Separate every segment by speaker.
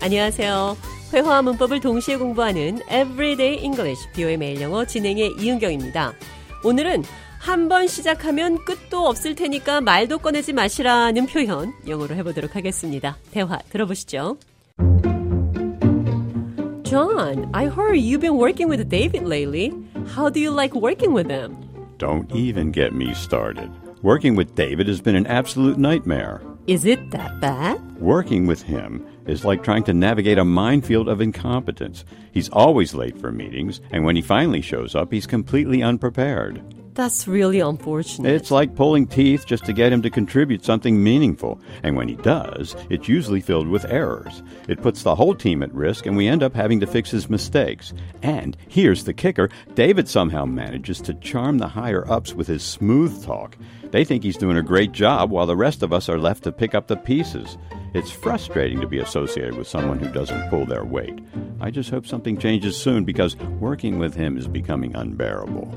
Speaker 1: 안녕하세요. 회화와 문법을 동시에 공부하는 Everyday English 비오의 매일 영어 진행의 이은경입니다. 오늘은 한 번 시작하면 끝도 없을 테니까 말도 꺼내지 마시라는 표현 영어로 해보도록 하겠습니다. 대화 들어보시죠. John, I heard you've been working with David lately. How do you like working with him?
Speaker 2: Don't even get me started. Working with David has been an absolute nightmare.
Speaker 1: Is it that bad?
Speaker 2: Working with him is like trying to navigate a minefield of incompetence. He's always late for meetings, and when he finally shows up, he's completely unprepared.
Speaker 1: That's really unfortunate.
Speaker 2: It's like pulling teeth just to get him to contribute something meaningful, and when he does, it's usually filled with errors. It puts the whole team at risk, and we end up having to fix his mistakes. And here's the kicker David somehow manages to charm the higher ups with his smooth talk. They think he's doing a great job, while the rest of us are left to pick up the pieces. It's frustrating to be associated with someone who doesn't pull their weight. I just hope something changes soon because working with him is becoming unbearable.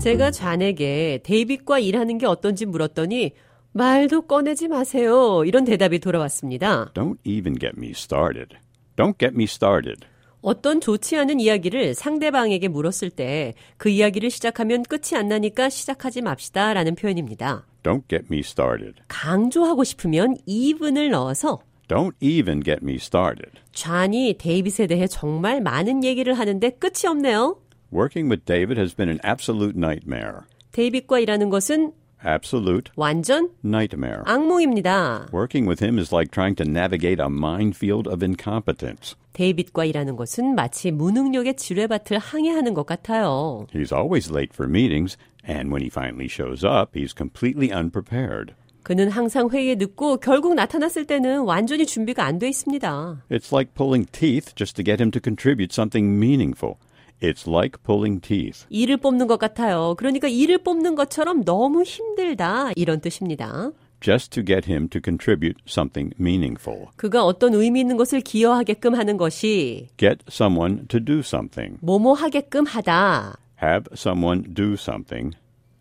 Speaker 1: 제가 좌에게 데이빗과 일하는 게 어떤지 물었더니 말도 꺼내지 마세요. 이런 대답이 돌아왔습니다.
Speaker 2: Don't even get me started. Don't get me started.
Speaker 1: 어떤 좋지 않은 이야기를 상대방에게 물었을 때 그 이야기를 시작하면 끝이 안 나니까 시작하지 맙시다 라는 표현입니다.
Speaker 2: Don't get me started.
Speaker 1: 강조하고 싶으면 even을 넣어서
Speaker 2: Don't even get me started.
Speaker 1: 좌니 데이빗에 대해 정말 많은 얘기를 하는데 끝이 없네요.
Speaker 2: Working with David has been an absolute nightmare.
Speaker 1: 데이빗과 일하는 것은
Speaker 2: Absolute
Speaker 1: 완전
Speaker 2: nightmare.
Speaker 1: 악몽입니다.
Speaker 2: Working with him is like trying to navigate a minefield of incompetence.
Speaker 1: 데이빗과 일하는 것은 마치 무능력의 지뢰밭을 항해하는 것 같아요.
Speaker 2: He's always late for meetings, and when he finally shows up, he's completely unprepared.
Speaker 1: 그는 항상 회의에 늦고 결국 나타났을 때는 완전히 준비가 안 돼 있습니다.
Speaker 2: It's like pulling teeth just to get him to contribute something meaningful. It's like pulling teeth.
Speaker 1: 이를 뽑는 것 같아요. 그러니까 이를 뽑는 것처럼 너무 힘들다. 이런 뜻입니다.
Speaker 2: just to get him to contribute something meaningful.
Speaker 1: 그가 어떤 의미 있는 것을 기여하게끔 하는 것이
Speaker 2: Get someone to do something.
Speaker 1: 뭐뭐 하게끔 하다.
Speaker 2: Have someone do something.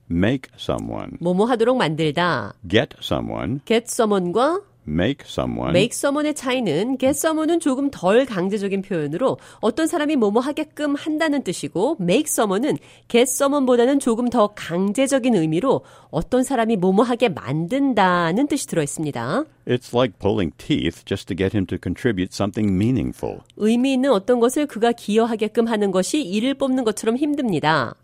Speaker 2: Make someone.
Speaker 1: 뭐뭐 하도록 만들다.
Speaker 2: Get someone.
Speaker 1: get someone과
Speaker 2: Make someone.
Speaker 1: make someone의 차이는 get someone은 조금 덜 강제적인 표현으로 어떤 사람이 뭐뭐 하게끔 한다는 뜻이고 make someone은 get someone보다는 조금 더 강제적인 의미로 어떤 사람이 뭐뭐 하게 만든다는 뜻이 들어 있습니다.
Speaker 2: It's like pulling teeth just to get him to contribute something meaningful.
Speaker 1: 의미 있는 어떤 것을 그가 기여하게끔 하는 것이 이를 뽑는 것처럼 힘듭니다.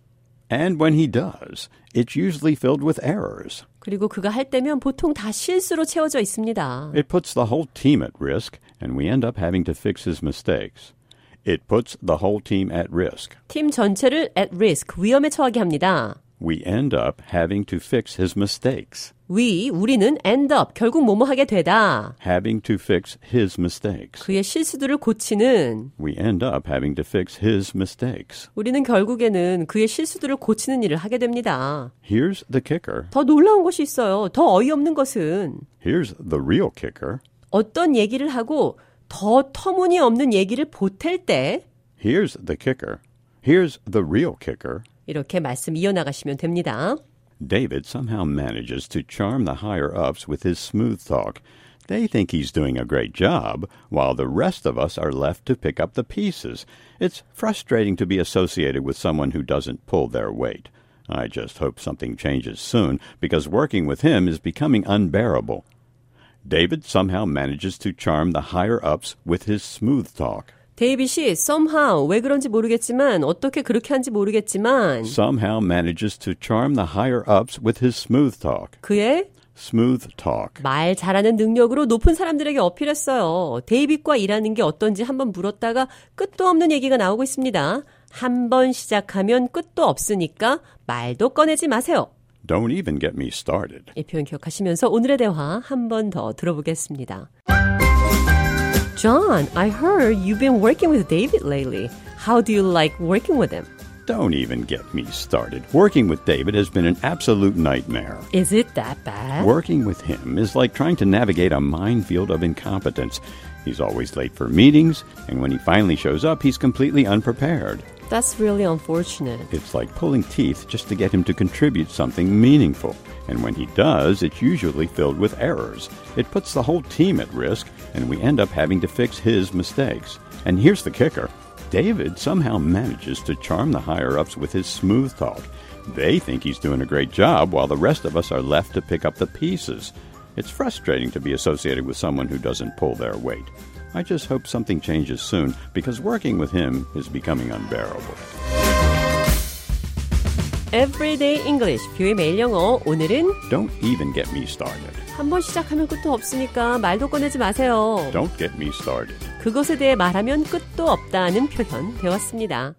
Speaker 2: And when he does, it's usually filled with errors.
Speaker 1: 그리고 그가 할 때면 보통 다 실수로 채워져 있습니다.
Speaker 2: It puts the whole team at risk, and we end up having to fix his mistakes. It puts the whole team at risk.
Speaker 1: 팀 전체를 at risk, 위험에 처하게 합니다.
Speaker 2: We end up having to fix his mistakes.
Speaker 1: we, 우리는 end up, 결국 뭐뭐 하게 되다.
Speaker 2: having to fix his mistakes.
Speaker 1: 그의 실수들을 고치는
Speaker 2: We end up having to fix his mistakes.
Speaker 1: 우리는 결국에는 그의 실수들을 고치는 일을 하게 됩니다.
Speaker 2: Here's the kicker.
Speaker 1: 더 놀라운 것이 있어요. 더 어이없는 것은
Speaker 2: Here's the real kicker.
Speaker 1: 어떤 얘기를 하고 더 터무니없는 얘기를 보탤 때
Speaker 2: Here's the kicker. Here's the real kicker.
Speaker 1: 이렇게 말씀 이어나가시면 됩니다.
Speaker 2: David somehow manages to charm the higher ups with his smooth talk. They think he's doing a great job, while the rest of us are left to pick up the pieces. It's frustrating to be associated with someone who doesn't pull their weight. I just hope something changes soon, because working with him is becoming unbearable. David somehow manages to charm the higher ups with his smooth talk.
Speaker 1: 데이빗이 somehow 왜 그런지 모르겠지만 어떻게 그렇게 한지 모르겠지만
Speaker 2: Somehow manages to charm the higher ups with his smooth talk.
Speaker 1: 그의
Speaker 2: Smooth talk.
Speaker 1: 말 잘하는 능력으로 높은 사람들에게 어필했어요. 데이빗과 일하는 게 어떤지 한번 물었다가 끝도 없는 얘기가 나오고 있습니다. 한 번 시작하면 끝도 없으니까 말도 꺼내지 마세요.
Speaker 2: Don't even get me started.
Speaker 1: 이 표현 기억하시면서 오늘의 대화 한 번 더 들어보겠습니다. John, I heard you've been working with David lately. How do you like working with him?
Speaker 2: Don't even get me started. Working with David has been an absolute nightmare.
Speaker 1: Is it that bad?
Speaker 2: Working with him is like trying to navigate a minefield of incompetence. He's always late for meetings, and when he finally shows up, he's completely unprepared.
Speaker 1: That's really unfortunate.
Speaker 2: It's like pulling teeth just to get him to contribute something meaningful. And when he does, it's usually filled with errors. It puts the whole team at risk, and we end up having to fix his mistakes. And here's the kicker David somehow manages to charm the higher ups with his smooth talk. They think he's doing a great job, while the rest of us are left to pick up the pieces. It's frustrating to be associated with someone who doesn't pull their weight. I just hope something changes soon because working with him is becoming unbearable.
Speaker 1: Everyday English, 뷰의 매일 영어. 오늘은
Speaker 2: Don't even get me started.
Speaker 1: 한번 시작하면 끝도 없으니까 말도 꺼내지 마세요.
Speaker 2: Don't get me started.
Speaker 1: 그것에 대해 말하면 끝도 없다는 표현 배웠습니다.